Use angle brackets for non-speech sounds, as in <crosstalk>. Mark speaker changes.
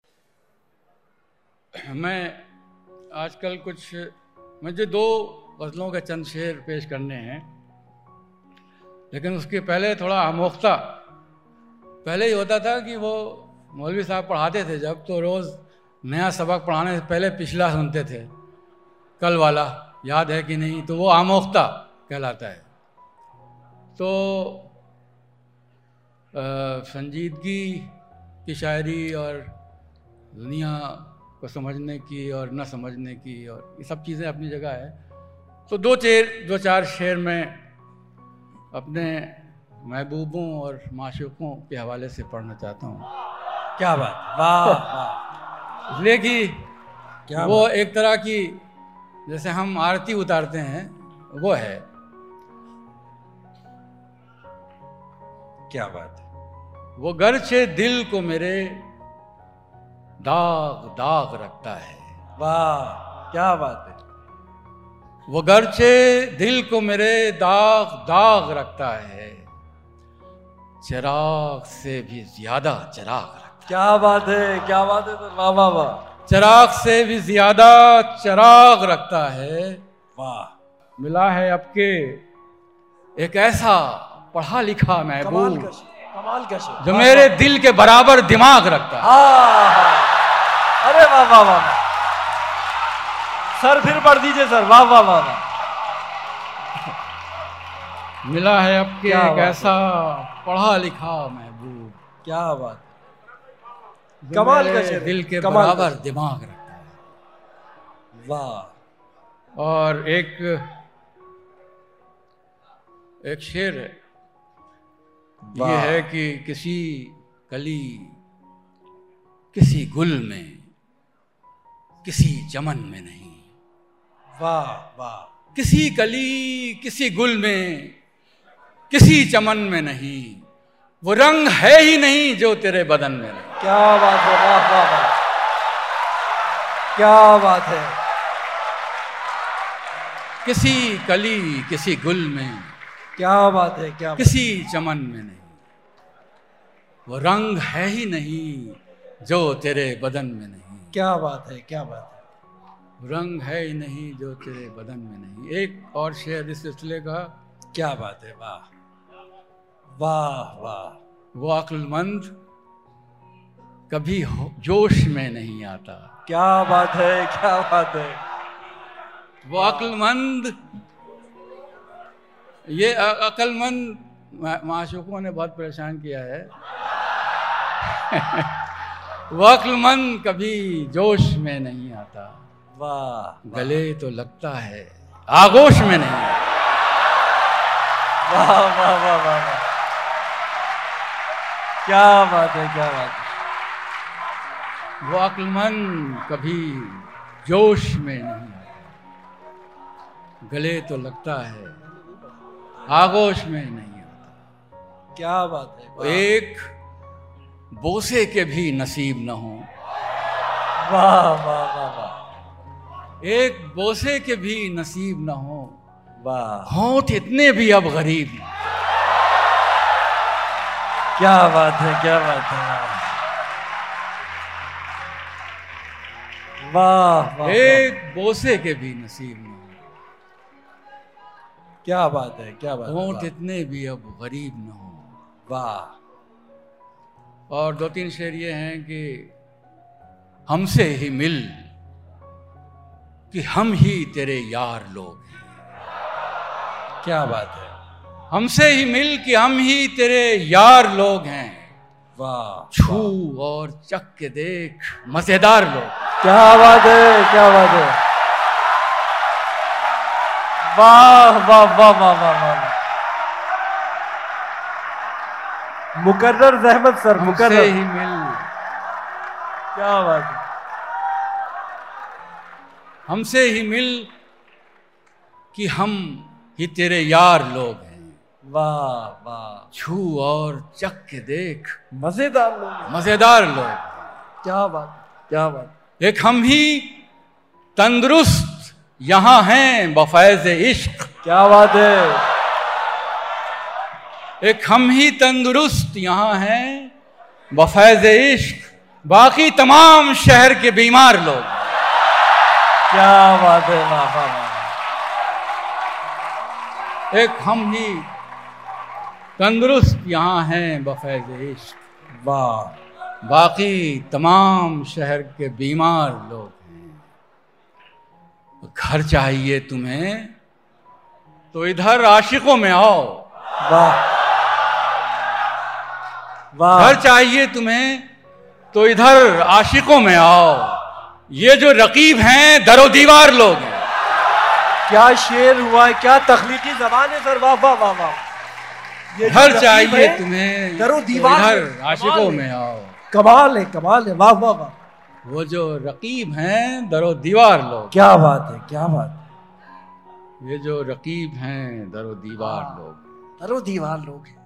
Speaker 1: <clears throat> मैं आजकल कुछ मुझे दो गज़लों के चंद शेर पेश करने हैं लेकिन उसके पहले थोड़ा आमोख्ता पहले ही होता था कि वो मौलवी साहब पढ़ाते थे जब तो रोज़ नया सबक पढ़ाने से पहले पिछला सुनते थे कल वाला याद है कि नहीं तो वो आमोख्ता कहलाता है तो अ, संजीदगी की शायरी और दुनिया को समझने की और न समझने की और ये सब चीज़ें अपनी जगह है तो दो चेर दो चार शेर में अपने महबूबों और माशूकों के हवाले से पढ़ना चाहता हूँ
Speaker 2: क्या बात वाह वाह
Speaker 1: इसलिए कि
Speaker 2: क्या
Speaker 1: वो एक तरह की जैसे हम आरती उतारते हैं वो है
Speaker 2: बात, क्या बात
Speaker 1: वो गर्चे दिल को मेरे दाग दाग रखता है
Speaker 2: वाह क्या बात है
Speaker 1: वो गर्चे दिल को मेरे दाग दाग रखता है चिराग से भी ज्यादा चिराग रखता
Speaker 2: क्या बात है क्या बात है तो वाह वाह वाह
Speaker 1: है चिराग से भी ज्यादा चिराग रखता है
Speaker 2: वाह
Speaker 1: मिला है अब के एक ऐसा पढ़ा लिखा
Speaker 2: कमाल
Speaker 1: महबूब
Speaker 2: का शेर, कमाल का शेर
Speaker 1: जो मेरे दिल के बराबर दिमाग रखता है
Speaker 2: आहा, अरे वाह वाह वाह वाह। सर फिर पढ़ दीजिए सर वाह वाह वाह वाह
Speaker 1: मिला है अब के
Speaker 2: हाँ। क्या
Speaker 1: एक
Speaker 2: बात है।
Speaker 1: ऐसा पढ़ा लिखा महबूब
Speaker 2: क्या बात है।
Speaker 1: जो
Speaker 2: कमाल का
Speaker 1: मेरे
Speaker 2: शेर है,
Speaker 1: दिल के
Speaker 2: कमाल का
Speaker 1: बराबर
Speaker 2: शेर।
Speaker 1: दिमाग रखता है
Speaker 2: वाह
Speaker 1: और एक एक शेर है ये
Speaker 2: वाह।
Speaker 1: है कि किसी कली किसी गुल में किसी चमन में नहीं
Speaker 2: वाह वाह
Speaker 1: किसी कली किसी गुल में किसी चमन में नहीं वो रंग है ही नहीं जो तेरे बदन में नहीं
Speaker 2: क्या बात है वाह वाह वाह क्या बात है
Speaker 1: किसी कली किसी गुल में
Speaker 2: क्या बात है क्या बात
Speaker 1: किसी चमन में नहीं वो रंग है ही नहीं जो तेरे बदन में नहीं
Speaker 2: क्या बात है क्या बात है
Speaker 1: रंग है ही नहीं जो तेरे बदन में नहीं एक और शेर इस सिलसिले का
Speaker 2: क्या बात है वाह वाह वाह
Speaker 1: वो अक्लमंद कभी हो- जोश में नहीं आता
Speaker 2: क्या बात है क्या बात है
Speaker 1: वो अक्लमंद ये अ- अक्लमंद मा- माशूकों ने बहुत परेशान किया है <laughs> वो अक्लमंद कभी जोश में नहीं आता
Speaker 2: वाह
Speaker 1: गले तो लगता है आगोश में नहीं आता।
Speaker 2: वाह वाह वाह वाह वाह क्या बात है क्या बात है
Speaker 1: वो अक्लमंद कभी जोश में नहीं आता गले तो लगता है आगोश में नहीं आता
Speaker 2: क्या बात है वाह,
Speaker 1: एक बोसे के भी नसीब न हो
Speaker 2: वाह वाह वाह वाह
Speaker 1: एक बोसे के भी नसीब न हो
Speaker 2: वाह
Speaker 1: होंठ इतने भी अब गरीब न।
Speaker 2: क्या बात है क्या बात है वाह वाह वाह वाह
Speaker 1: एक बोसे के भी नसीब न
Speaker 2: क्या बात है क्या बात
Speaker 1: हो
Speaker 2: है
Speaker 1: होंठ
Speaker 2: वाह,
Speaker 1: इतने भी अब गरीब न हो
Speaker 2: वाह
Speaker 1: और दो तीन शेर ये हैं कि हमसे ही मिल कि हम ही तेरे यार लोग हैं।
Speaker 2: क्या बात है
Speaker 1: हमसे ही मिल कि हम ही तेरे यार लोग हैं
Speaker 2: वाह
Speaker 1: छू और चख के देख मजेदार लोग
Speaker 2: क्या बात है क्या बात है वाह वाह वाह वाह वाह वाह वाह। मुकर्रर जहमत सर
Speaker 1: हमसे
Speaker 2: मुकर्रर
Speaker 1: ही मिल
Speaker 2: क्या बात है
Speaker 1: हमसे ही मिल कि हम ही तेरे यार लोग हैं
Speaker 2: वाह वाह
Speaker 1: छू और चख के देख
Speaker 2: मजेदार लोग हैं।
Speaker 1: मजेदार लोग
Speaker 2: क्या बात है, क्या बात है।
Speaker 1: एक हम ही तंदुरुस्त यहाँ हैं बफैज इश्क
Speaker 2: क्या बात है
Speaker 1: एक हम ही तंदुरुस्त यहाँ हैं बफैज इश्क बाकी तमाम शहर के बीमार लोग
Speaker 2: क्या बात है वाह वाह वाह
Speaker 1: एक हम ही तंदुरुस्त यहाँ हैं बफैज इश्क
Speaker 2: वाह
Speaker 1: बाकी तमाम शहर के बीमार लोग हैं घर चाहिए तुम्हें तो इधर आशिकों में आओ
Speaker 2: वाह वाह
Speaker 1: घर चाहिए तुम्हें तो इधर आशिकों में आओ ये जो रकीब हैं दरो दीवार लोग हैं
Speaker 2: क्या शेर हुआ है क्या तखलीकी जबान है सर वाह वाह वाह वाह ये जो
Speaker 1: घर
Speaker 2: रकीब
Speaker 1: चाहिए
Speaker 2: है,
Speaker 1: तुम्हें
Speaker 2: दरो
Speaker 1: तो
Speaker 2: दीवार में।
Speaker 1: इधर
Speaker 2: कमाल
Speaker 1: आशिकों
Speaker 2: है।
Speaker 1: में आओ
Speaker 2: कमाल है कमाल है वाह वाह वाह
Speaker 1: वो जो रकीब हैं दरो दीवार लोग
Speaker 2: क्या बात है क्या बात है
Speaker 1: ये जो रकीब हैं दरो दीवार लोग
Speaker 2: हाँ। दरो दीवार लोग हैं